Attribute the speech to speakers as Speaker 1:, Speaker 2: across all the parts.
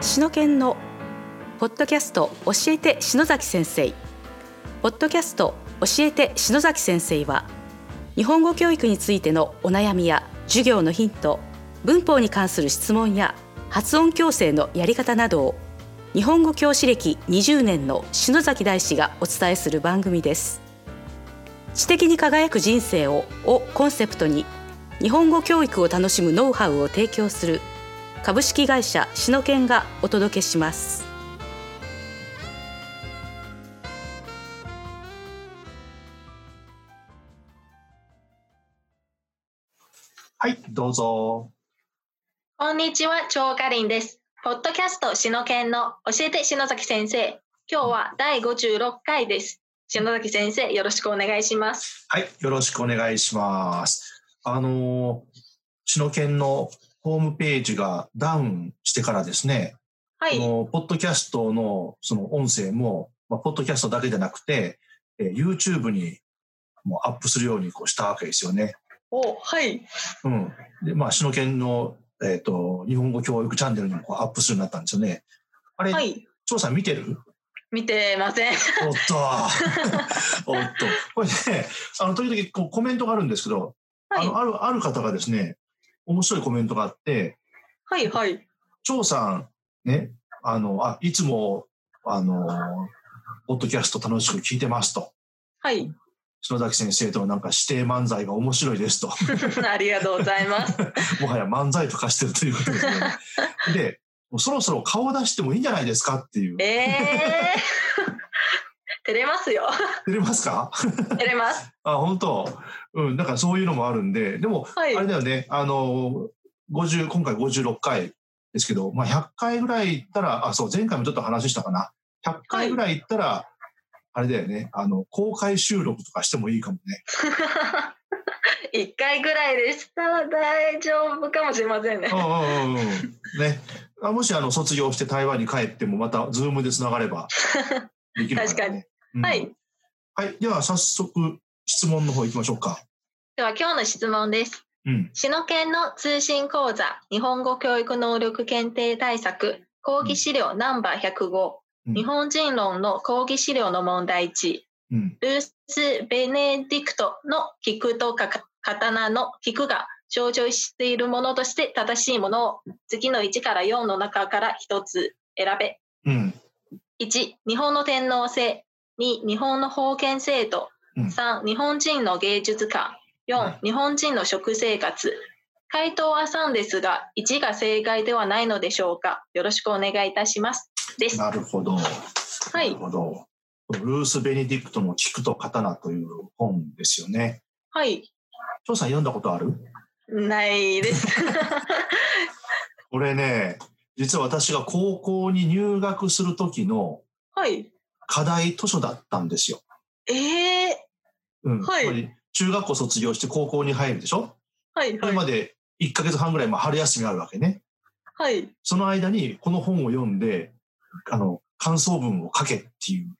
Speaker 1: 篠研のポッドキャスト教えて篠崎先生ポッドキャスト教えて篠崎先生は日本語教育についてのお悩みや授業のヒント文法に関する質問や発音矯正のやり方などを日本語教師歴20年の篠崎大師がお伝えする番組です知的に輝く人生ををコンセプトに日本語教育を楽しむノウハウを提供する株式会社シノケンがお届けします
Speaker 2: はい、どうぞ。
Speaker 3: こんにちは、張かりんです。ポッドキャスト、しのけんの教えて篠崎先生。今日は第56回です。篠崎先生、よろしくお願いします。
Speaker 2: はい、よろしくお願いします。あのー、篠研のホームページがダウンしてからですね、
Speaker 3: はい、
Speaker 2: このポッドキャストのその音声も、まあ、ポッドキャストだけじゃなくて、えー YouTube にもうアップするようにこうしたわけですよね。
Speaker 3: お、はい、
Speaker 2: うん。で、まあ、篠研の、えっ、と、日本語教育チャンネルにもこうアップするようになったんですよね。あれ、
Speaker 3: はい、
Speaker 2: 張さん見て る
Speaker 3: 見てません。
Speaker 2: おっと おっとこれねあの時々こうコメントがあるんですけど、
Speaker 3: は
Speaker 2: あ
Speaker 3: い、
Speaker 2: のあるある方がですね面白いコメントがあって
Speaker 3: はい、はい、
Speaker 2: 「張さんねあのあいつもあのポッドキャスト楽しく聞いてます」と
Speaker 3: はい、
Speaker 2: 「篠崎先生とのなんか指定漫才が面白い です」と
Speaker 3: ありがとうござい ます。
Speaker 2: もはや漫才と化してるということですね。でもうそろそろ顔を出してもいいんじゃないですかっていう。
Speaker 3: ええー。 照れますよ。
Speaker 2: 出れますか
Speaker 3: 照れます。
Speaker 2: あ、本当うん、なんかそういうのもあるんで、でも、
Speaker 3: はい
Speaker 2: あれ、だよね、あの、50、今回56回ですけど、まあ、100回ぐらい行ったら、あ、そう、前回もちょっと話したかな。100回ぐらい行ったら、あれだよね、あの、公開収録とかしてもいいかも ね。
Speaker 3: 一回ぐらいでしたら大丈夫かもしれませんね。
Speaker 2: うんうんうんうん。ね。あもし、あの、卒業して台湾に帰っても、また、ズームでつながれ ば、できるから、ね。
Speaker 3: 確かに
Speaker 2: うん
Speaker 3: はい。
Speaker 2: はい。では、早速、質問の方行きましょうか。
Speaker 3: では、今日の質問です。
Speaker 2: うん。
Speaker 3: シノ研の通信講座日本語教育能力検定対策講義資料ナンバー105、
Speaker 2: うん
Speaker 3: 日本人論の講義資料の問題1
Speaker 2: うん。
Speaker 3: ルース・ベネディクトの菊とか刀の菊が象徴しているものとして正しいものを次の1から4の中から1つ選べ
Speaker 2: うん。
Speaker 3: 1日本の天皇制2日本の封建制度
Speaker 2: うん
Speaker 3: 3日本人の芸術家
Speaker 2: はい
Speaker 3: 4日本人の食生活回答は3ですが1が正解ではないのでしょうかよろしくお願いいたしますです
Speaker 2: なるほど。
Speaker 3: は
Speaker 2: ないるほど。ルース・ベネディクトの菊と刀という本ですよね。
Speaker 3: はい
Speaker 2: 張さん読んだことある
Speaker 3: ないです
Speaker 2: これね、実は私が高校に入学する時の
Speaker 3: はい
Speaker 2: 課題図書だったんですよ。
Speaker 3: えー、
Speaker 2: うん。
Speaker 3: はい
Speaker 2: つまり中学校卒業して高校に入るでしょ
Speaker 3: はい
Speaker 2: それ
Speaker 3: は
Speaker 2: ま
Speaker 3: い
Speaker 2: で1ヶ月半ぐらい、まあ、春休みがあるわけね。
Speaker 3: はい
Speaker 2: その間にこの本を読んで、あの、感想文を書けって いう。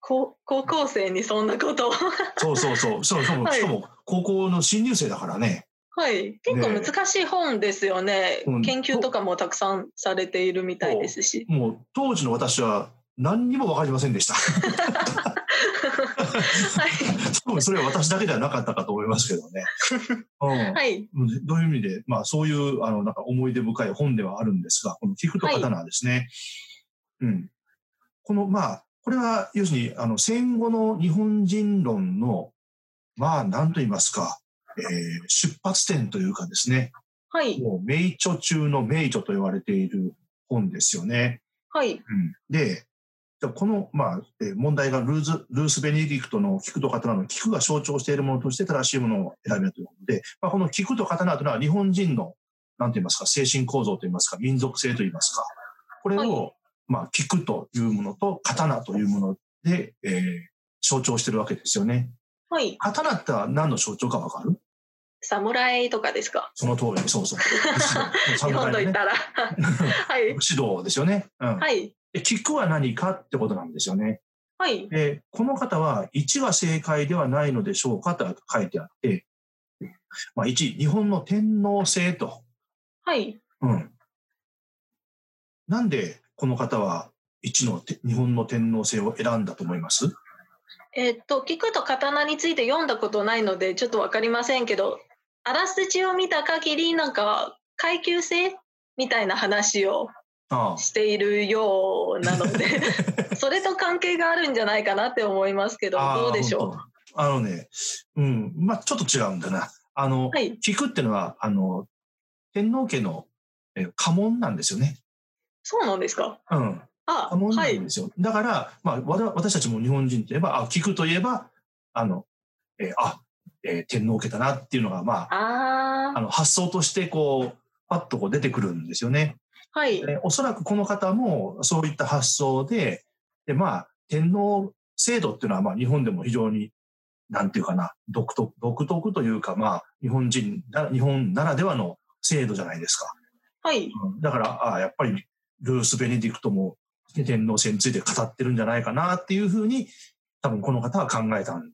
Speaker 3: こ高校生にそんなことを
Speaker 2: そうそうそう。しかも、しかも
Speaker 3: はい
Speaker 2: しかも高校の新入生だからね。
Speaker 3: はい結構難しい本ですよね
Speaker 2: うん
Speaker 3: 研究とかもたくさんされているみたいですし
Speaker 2: もう当時の私は何にもわかりませんでした。
Speaker 3: は
Speaker 2: 多分それは私だけではなかったかと思いますけど ね。
Speaker 3: いはい
Speaker 2: うん、どういう意味で、まあそういうあのなんか思い出深い本ではあるんですが、この菊と刀はですね、うん、このまあ、これは要するにあの戦後の日本人論の、まあ何と言いますか、えー出発点というかですね、
Speaker 3: はい
Speaker 2: もう名著中の名著と言われている本ですよね。
Speaker 3: はい
Speaker 2: で、じゃあこの、まあ、えー問題がルーズルース・ベネディクトの菊と刀の菊が象徴しているものとして正しいものを選べということで、まあ、この菊と刀というのは日本人の、なんて言いますか、精神構造と言いますか、民族性と言いますか、これを、
Speaker 3: は
Speaker 2: まあ、菊というものと刀というもので、えー象徴しているわけですよね。
Speaker 3: はい
Speaker 2: 刀って何の象徴かわかる
Speaker 3: 侍とかですか
Speaker 2: その通り、そうそう。
Speaker 3: 日本と
Speaker 2: 侍
Speaker 3: 言
Speaker 2: のね
Speaker 3: ったらはい
Speaker 2: 指導ですよね。うん。
Speaker 3: はい
Speaker 2: で菊は何かってことなんですよね。
Speaker 3: はい
Speaker 2: で、この方は1は正解ではないのでしょうかと書いてあって、まあ、1、日本の天皇制と。
Speaker 3: はい
Speaker 2: うん。なんでこの方は一のて日本の天皇制を選んだと思います
Speaker 3: えっと菊と刀について読んだことないのでちょっと分かりませんけどあらすじを見た限りなんか階級制みたいな話を
Speaker 2: あ
Speaker 3: しているようなの でそれと関係があるんじゃないかなって思いますけど
Speaker 2: あ
Speaker 3: どうでしょ
Speaker 2: 本当あのね、うん、まあちょっと違うんだな。あの、
Speaker 3: うはい
Speaker 2: 菊ってのは、あの、天皇家のえー家紋なんですよね。
Speaker 3: そうなんですか
Speaker 2: うん。
Speaker 3: あ
Speaker 2: 家紋な
Speaker 3: は
Speaker 2: ん
Speaker 3: い
Speaker 2: ですよ。だから、まあわた私たちも日本人といえば、あ、菊といえば、あの、えーあ、えー天皇家だなっていうのが、まあ、
Speaker 3: あ
Speaker 2: あ
Speaker 3: あ
Speaker 2: の、発想として、こう、パッとこう出てくるんですよね。
Speaker 3: はい
Speaker 2: えーおそらくこの方もそういった発想で、で、まあ、天皇制度っていうのは、まあ、日本でも非常に、なんていうかな、独特、独特というか、まあ、日本人な、日本ならではの制度じゃないですか。
Speaker 3: はい
Speaker 2: うんだから、ああやっぱり、ルース・ベネディクトもね天皇制について語ってるんじゃないかなっていうふうに、多分この方は考えたん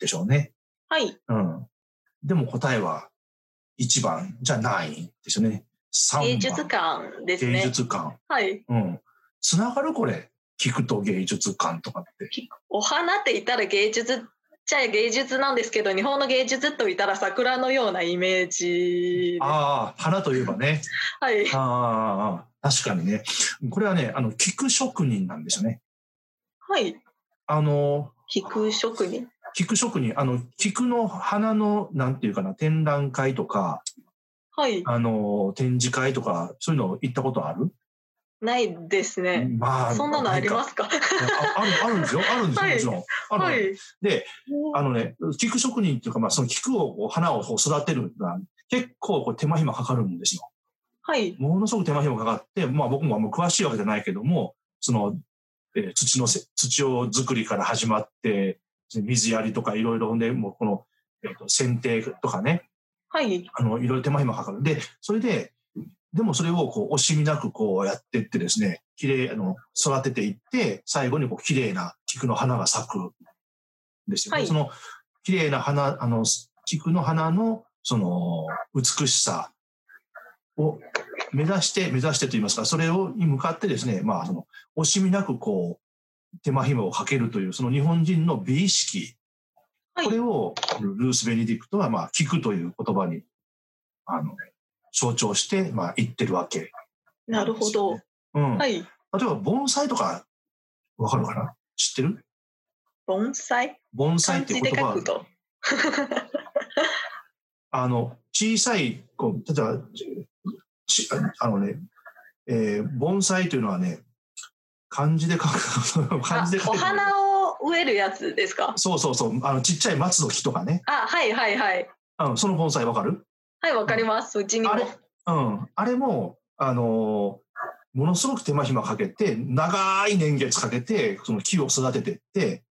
Speaker 2: でしょうね。
Speaker 3: はい
Speaker 2: うん。でも答えは、1番じゃないんですよね。3番。
Speaker 3: 芸術館です
Speaker 2: 芸
Speaker 3: ね
Speaker 2: 術館。
Speaker 3: はい
Speaker 2: うん。つながるこれ。聞くと芸術感とかって。
Speaker 3: お花って言ったら芸術っちゃ芸術なんですけど日本の芸術と言ったら桜のようなイメージです
Speaker 2: ああ、花といえばね。
Speaker 3: はい
Speaker 2: ああああ、確かにね。これはね、あの、聞く職人なんですよね。
Speaker 3: はい
Speaker 2: あの、
Speaker 3: 菊職人
Speaker 2: 聞く職人、あの、聞くの花の、なんていうかな、展覧会とか、
Speaker 3: はい
Speaker 2: あの、展示会とか、そういうの行ったことある
Speaker 3: ないですね
Speaker 2: ま
Speaker 3: そんなのありますすか
Speaker 2: あある、あるんですよ。あるんですよ、
Speaker 3: はい
Speaker 2: もちろん。ある、
Speaker 3: はい
Speaker 2: で、あのね、菊職人っていうか、まあ、その菊をこう、花をこう育てるのは、結構こう手間暇かかるんですよ。
Speaker 3: はい
Speaker 2: ものすごく手間暇かかって、まあ僕もあんま詳しいわけじゃないけども、その、えー土のせ、土を作りから始まって、水やりとかいろいろね、もうこの、えーと、剪定とかね、
Speaker 3: はい
Speaker 2: あの、いろいろ手間暇かかる。で、それで、でもそれをこう惜しみなくこうやってってですね、綺麗、あの、育てていって、最後にこう綺麗な菊の花が咲くんですよね。
Speaker 3: はい
Speaker 2: その綺麗な花、あの、菊の花のその美しさを目指して、目指してと言いますか、それをに向かってですね、まあその惜しみなくこう手間暇をかけるという、その日本人の美意識、
Speaker 3: はい
Speaker 2: これをルース・ベネディクトはまあ聞くという言葉にあの象徴して、まあ、言ってるわけ、
Speaker 3: なるほど。
Speaker 2: うん
Speaker 3: はい
Speaker 2: 例えば盆栽とかわかるかな知ってる
Speaker 3: 盆栽
Speaker 2: 盆栽
Speaker 3: 漢
Speaker 2: ってい
Speaker 3: 字
Speaker 2: う言
Speaker 3: で
Speaker 2: 葉
Speaker 3: 書
Speaker 2: は
Speaker 3: くと
Speaker 2: あの小さいこう例えばちあのね、えー盆栽というのはね漢字で書く 漢
Speaker 3: あ
Speaker 2: 字で書
Speaker 3: お
Speaker 2: く
Speaker 3: 花を植えるやつですか
Speaker 2: そうそうそうあのちっちゃい松の木とかね
Speaker 3: あはいはいはい
Speaker 2: あのその盆栽わかる
Speaker 3: はいわかりますうちにも
Speaker 2: あれうん、あれも、あのーものすごく手間暇かけて、長い年月かけて、その木を育てていって、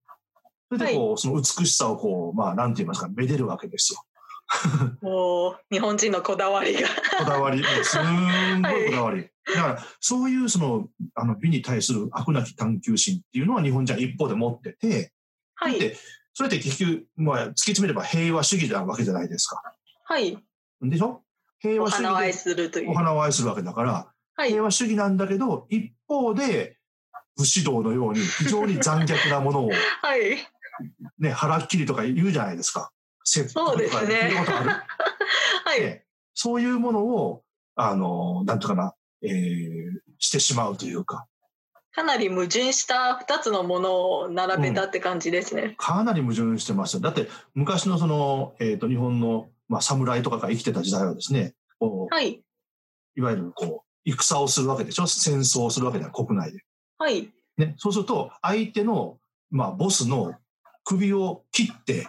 Speaker 2: それでこう、その美しさをこう、まあ、なんて言いますか、めでるわけですよ。
Speaker 3: もう日本人のこだわりが
Speaker 2: こだわり、すんご いこだわり。だから、そういうその、あの、美に対する悪なき探求心っていうのは日本人は一方で持ってて、
Speaker 3: はい
Speaker 2: で、それって結局、まあ、突き詰めれば平和主義なわけじゃないですか。
Speaker 3: はい
Speaker 2: でしょ平
Speaker 3: お
Speaker 2: 和主
Speaker 3: 花を愛
Speaker 2: 義
Speaker 3: するとい
Speaker 2: でお
Speaker 3: う
Speaker 2: 花を愛するわけだから、
Speaker 3: はい
Speaker 2: 平和主義なんだけど一方で武士道のように非常に残虐なものを、
Speaker 3: はい
Speaker 2: ね、 腹っきりとか言うじゃないですか切腹と
Speaker 3: そう
Speaker 2: か
Speaker 3: ですね
Speaker 2: 言うこと ある
Speaker 3: はい
Speaker 2: ねそういうものをあのなんとかな、えーしてしまうというか
Speaker 3: かなり矛盾した2つのものを並べたって感じですね。
Speaker 2: かなり矛盾してますよだって昔のその、えー、と日本の、まあ、侍とかが生きてた時代はですねこう
Speaker 3: はい
Speaker 2: いわゆるこう戦をするわけでしょ戦争をするわけでは国内で。
Speaker 3: はい
Speaker 2: ね、そうすると相手の、まあ、ボスの首を切って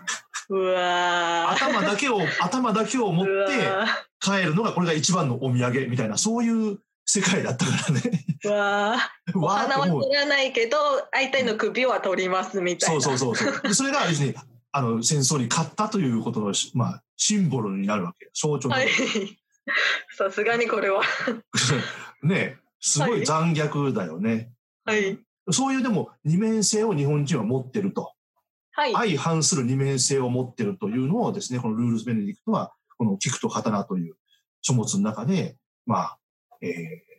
Speaker 3: うわー
Speaker 2: 頭だけを頭だけを持っ
Speaker 3: うわ
Speaker 2: て
Speaker 3: ー
Speaker 2: 帰るのがこれが一番のお土産みたいなそういう世界だったからね
Speaker 3: うわー お
Speaker 2: わーって
Speaker 3: 花は
Speaker 2: 思う
Speaker 3: 取らないけど相手の首は取りますみたい
Speaker 2: そう
Speaker 3: な。
Speaker 2: そうそうそうでそれが別にあの戦争に勝ったということのし、まあ、シンボルになるわけ象徴にな
Speaker 3: は
Speaker 2: る
Speaker 3: い。 さすがにこれは。
Speaker 2: ねすご
Speaker 3: はい
Speaker 2: い残虐だよね、
Speaker 3: はい。
Speaker 2: そういうでも二面性を日本人は持ってると
Speaker 3: はい。
Speaker 2: 相反する二面性を持ってるというのをですねこのルールズ・ベネディクトはこの「菊と刀」という書物の中でまあえー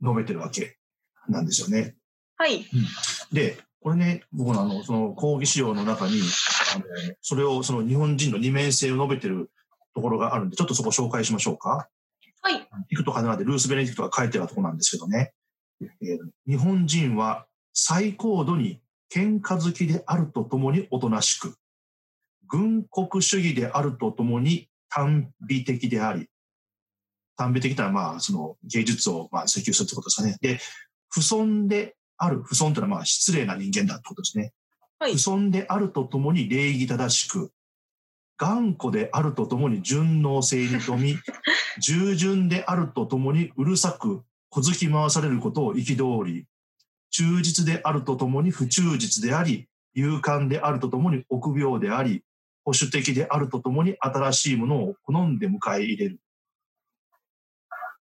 Speaker 2: 述べてるわけなんですよね。
Speaker 3: はい。
Speaker 2: で、これね、僕のあの、その講義資料の中に、あの、それを、その日本人の二面性を述べてるところがあるんで、ちょっとそこ紹介しましょうか。
Speaker 3: はい。
Speaker 2: いくとかなでルース・ベネディクトが書いてあるところなんですけどね、えー日本人は最高度に喧嘩好きであるとともにおとなしく、軍国主義であるとともに短美的であり、短美的というのはまあその芸術をまあ追求するってことですかね。で、不尊である、不尊というのはまあ失礼な人間だってことですね。
Speaker 3: はい
Speaker 2: 不尊であるとともに礼儀正しく、頑固であるとともに順応性に富 み、従順であるとともにうるさく小突き回されることを憤り、忠実であるとともに不忠実であり、勇敢であるとともに臆病であり、保守的であるとともに新しいものを好んで迎え入れる。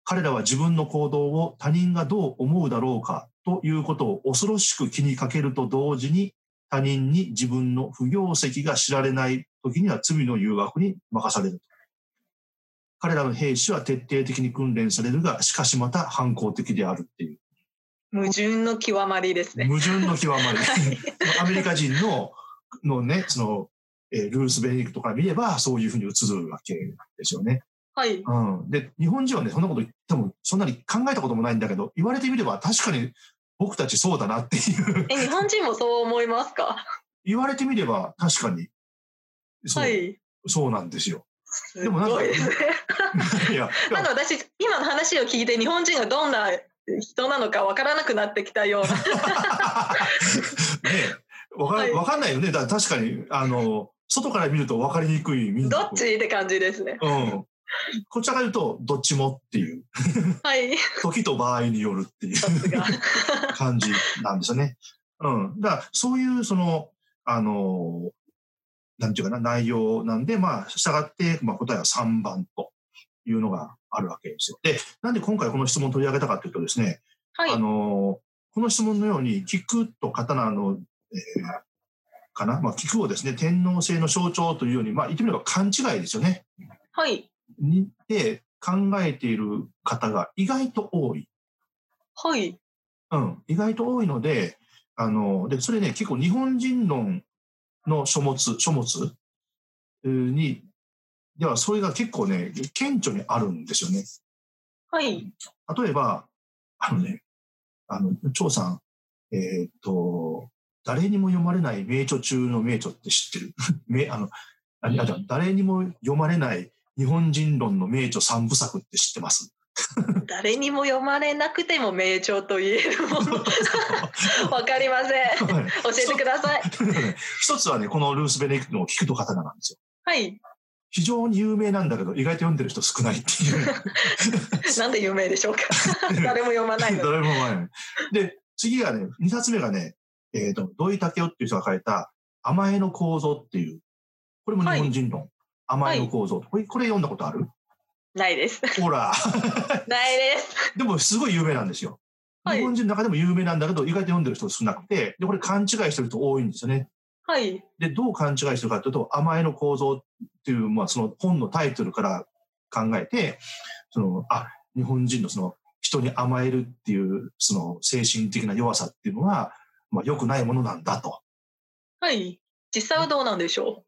Speaker 2: 彼らは自分の行動を他人がどう思うだろうかということを恐ろしく気にかけると同時に他人に自分の不行跡が知られない時には罪の誘惑に任される。彼らの兵士は徹底的に訓練されるが、しかしまた反抗的であるっていう。
Speaker 3: 矛盾の極まりですね。
Speaker 2: 矛盾の極 まり。アメリカ人の、のね、その、えールース・ベネディクトから見れば、そういうふうに映るわけですよね。
Speaker 3: はい。
Speaker 2: うん。で、日本人はね、そんなこと、多分、そんなに考えたこともないんだけど、言われてみれば、確かに僕たちそうだなっていう、
Speaker 3: え、日本人もそう思いますか
Speaker 2: 言われてみれば、確かに、そう、
Speaker 3: はい。
Speaker 2: そうなんです よ。
Speaker 3: す
Speaker 2: でもなんか
Speaker 3: ごいですね。
Speaker 2: いや、い
Speaker 3: なん
Speaker 2: や
Speaker 3: か私、今の話を聞いて日本人がどんな人なのかわからなくなってきたよう な。
Speaker 2: ねわか
Speaker 3: はい
Speaker 2: わかんないよね。だから確かに、あの、外から見ると分かりにくい民族
Speaker 3: どっちって感じですね。
Speaker 2: うん。こちらが言うと、どっちもっていう、
Speaker 3: はい。
Speaker 2: 時と場合によるっていう
Speaker 3: さ すが。
Speaker 2: 感じなんですよね。うん。だから、そういう、その、あの、なんていうかな、内容なんで、まあ、従って、まあ、答えは3番というのがあるわけですよ。で、なんで今回この質問を取り上げたかっていうとですね、
Speaker 3: はい
Speaker 2: あ。のこの質問のように菊と刀の、えーかな、まあ、菊をですね天皇制の象徴というように、まあ、言ってみれば勘違いですよね。
Speaker 3: はい。
Speaker 2: にで考えている方が意外と多い、
Speaker 3: はい。
Speaker 2: うん、意外と多いのであのでそれね結構日本人論の書物書物えーにではそれが結構ね顕著にあるんですよね。
Speaker 3: はい。
Speaker 2: 例えば、あのね、あの、張さん、えーっと、誰にも読まれない名著中の名著って知ってる めあの、ああじゃあ誰にも読まれない日本人論の名著三部作って知ってます。
Speaker 3: 誰にも読まれなくても名著と言える もの。わかりません。教えてください。
Speaker 2: 一つはね、このルース・ベネディクトの聞くと刀なんですよ。
Speaker 3: はい。
Speaker 2: 非常に有名なんだけど、意外と読んでる人少ないっていう。
Speaker 3: なんで有名でしょ うか。誰も読まないの。
Speaker 2: 誰も前に。で、次がね、2冊目がね、えっ、と、土井武雄っていう人が書いた、甘えの構造っていう、これも日本人論。甘えの構造、これ。これ読んだことある
Speaker 3: ないです。
Speaker 2: ほ ら。
Speaker 3: ないです。
Speaker 2: でも、すごい有名なんですよ。
Speaker 3: はい
Speaker 2: 日本人の中でも有名なんだけど、意外と読んでる人少なくて、で、これ勘違いしてる人多いんですよね。
Speaker 3: はい。
Speaker 2: で、どう勘違いしてるかというと、甘えの構造っていう、まあ、その本のタイトルから考えて、その、あ、日本人のその、人に甘えるっていう、その、精神的な弱さっていうのは、まあ、良くないものなんだと。
Speaker 3: はい。実際はどうなんでしょ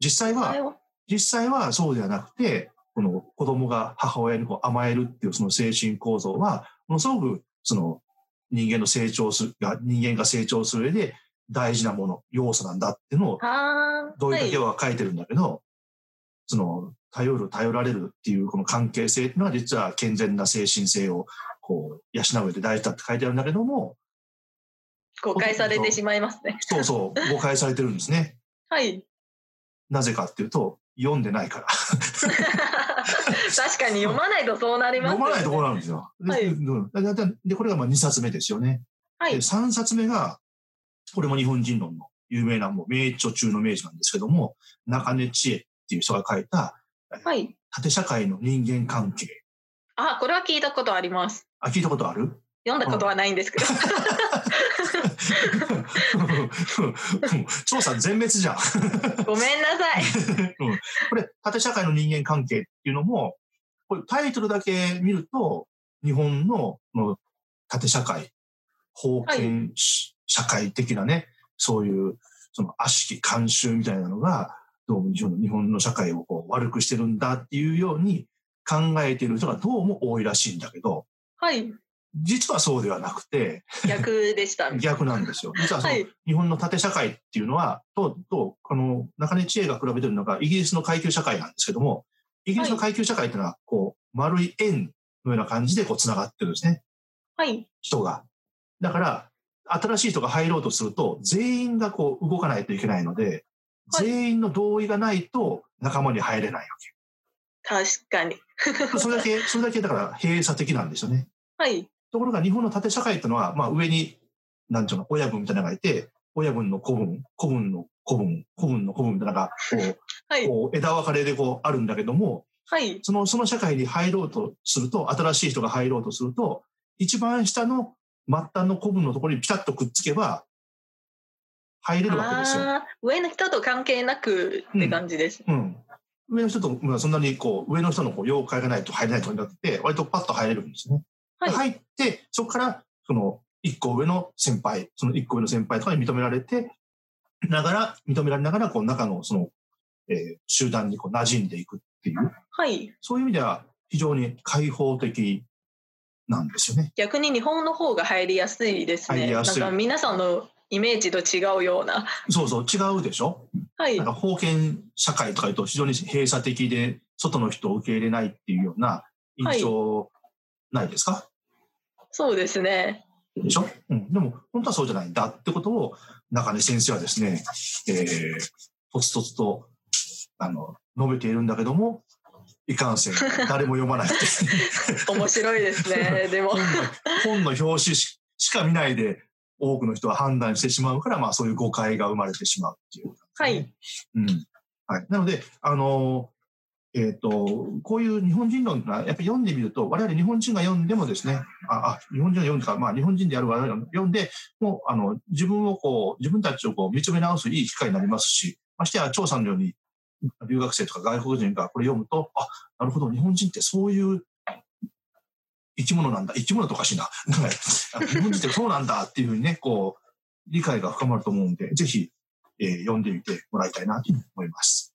Speaker 2: 実際
Speaker 3: う。あれ
Speaker 2: は、
Speaker 3: は
Speaker 2: 実際はそうではなくて、この子供が母親にこう甘えるっていうその精神構造は、ものすごく、その、人間の成長する、が人間が成長する上で大事なもの、要素なんだっていうのを
Speaker 3: ああ。
Speaker 2: 同意だけ
Speaker 3: は
Speaker 2: は書いてるんだけど、その頼る頼られるっていうこの関係性っていうのは実は健全な精神性をこう養う上で大事だって書いてあるんだけども
Speaker 3: い誤解されてしまいますね。
Speaker 2: そうそう 誤解されてるんですね
Speaker 3: はい。
Speaker 2: なぜかっていうと読んでないから
Speaker 3: 確かに読まないとそうなります、
Speaker 2: 読
Speaker 3: ね。
Speaker 2: まないところなんですよ。で
Speaker 3: はい
Speaker 2: うんだだだでこれがまあ2冊目ですよね。
Speaker 3: は
Speaker 2: で
Speaker 3: い。
Speaker 2: 3冊目がこれも日本人論の有名なもう名著中の名著なんですけども中根千恵っていう人が書いた
Speaker 3: はい。
Speaker 2: 縦社会の人間関係
Speaker 3: あ、これは聞いたことあります。
Speaker 2: あ聞いたことある
Speaker 3: 読んだことはないんですけど。
Speaker 2: 調査全滅じゃん。
Speaker 3: ごめんなさい。
Speaker 2: うんこれ、縦社会の人間関係っていうのも、これタイトルだけ見ると、日本のこの縦社会、封建社会的なね、そういう、その悪しき慣習みたいなのが、どうも日本の日本の社会をこう悪くしてるんだっていうように考えている人がどうも多いらしいんだけど、
Speaker 3: はい。
Speaker 2: 実はそうではなくて、
Speaker 3: 逆 でした。
Speaker 2: 逆なんですよ。実はその
Speaker 3: はい。
Speaker 2: 日本の縦社会っていうのは、と、と、この中根知恵が比べてるのがイギリスの階級社会なんですけども、イギリスの階級社会っていうのは、こう、丸い円のような感じでこう繋がってるんですね、
Speaker 3: はい。
Speaker 2: 人が。だから、新しい人が入ろうとすると、全員がこう動かないといけないので、
Speaker 3: はい
Speaker 2: 全員の同意がないと仲間に入れない
Speaker 3: 確かに。
Speaker 2: わけ。それだけ、それだけだから閉鎖的なんですよね。
Speaker 3: はい。
Speaker 2: ところが日本の縦社会っていうのは、まあ上に、なんていうの、親分みたいなのがいて、親分の子分、子分の子分、子分の子分みたいなのが、こ
Speaker 3: は
Speaker 2: う、
Speaker 3: い。
Speaker 2: こう枝分かれでこうあるんだけども、
Speaker 3: はい。
Speaker 2: その、その社会に入ろうとすると、新しい人が入ろうとすると、一番下の末端の子分のところにピタッとくっつけば、入れるわけですよ。
Speaker 3: ああ、上の人と関係なくって感じです。
Speaker 2: うん。上の人と、まあ、そんなにこう、上の人のこう要介がないと入れないとかになってて、割とパッと入れるんですね。
Speaker 3: はい
Speaker 2: で入って、そこから、その、一個上の先輩、その一個上の先輩とかに認められて、ながら、認められながら、こう、中の、その、えー集団にこう馴染んでいくっていう、
Speaker 3: はい。
Speaker 2: そういう意味では、非常に開放的なんですよね。
Speaker 3: 逆に日本の方が入りやすいです
Speaker 2: 入
Speaker 3: ね。
Speaker 2: り
Speaker 3: な
Speaker 2: や
Speaker 3: ん
Speaker 2: すい
Speaker 3: か皆さんのイメージと違うような。
Speaker 2: そうそう、違うでしょ
Speaker 3: はい
Speaker 2: なん。か封建社会とかいうと非常に閉鎖的で外の人を受け入れないっていうような印象ないですか、
Speaker 3: そうですね。
Speaker 2: でしょ、うん、でも本当はそうじゃないんだってことを中根先生はですね、えー、とつとつとあの述べているんだけどもいかん せん誰も読まない って
Speaker 3: 面白いです ね。でも
Speaker 2: 本。の本の表紙ししか見ないで多くの人は判断してしまうから、まあ、そういう誤解が生まれてしまうっていう。
Speaker 3: はい。
Speaker 2: うんはい、なので、あのえっとこういう日本人論がやっぱり読んでみると、我々日本人が読んでもですね、ああ日本人が読んでか、まあ、日本人である我々が読んで、もうあの自分をこう自分たちをこう見つめ直すいい機会になりますし、ましてや張さんのように留学生とか外国人がこれ読むと、あなるほど、日本人ってそういう生き物なんだ、生き物とおかしいな、なんかあ日本人ってそうなんだっていうふうにね、こう理解が深まると思うんで、ぜひ、えー読んでみてもらいたいなと思います。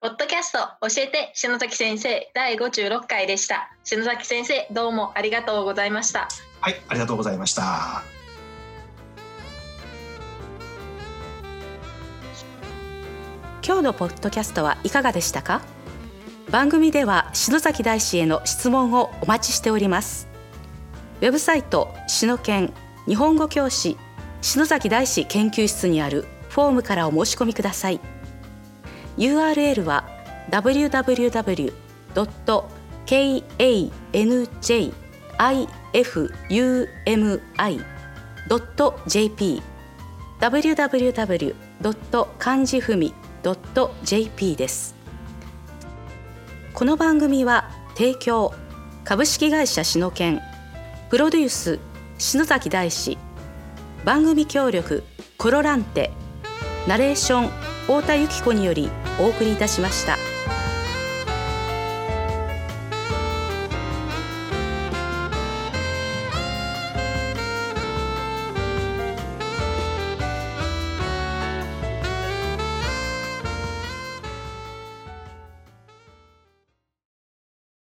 Speaker 3: ポッドキャスト教えて篠崎先生第56回でした。篠崎先生どうもありがとうございました。
Speaker 2: はい、ありがとうございました。
Speaker 1: 今日のポッドキャストはいかがでしたか番組では篠崎大師への質問をお待ちしておりますウェブサイト篠研日本語教師篠崎大師研究室にあるフォームからお申し込みください URL は www.kanjifumi.jp www. 漢字ふみ .jp ですこの番組は提供株式会社篠研プロデュース篠崎大志番組協力コロランテナレーション太田由紀子によりお送りいたしました。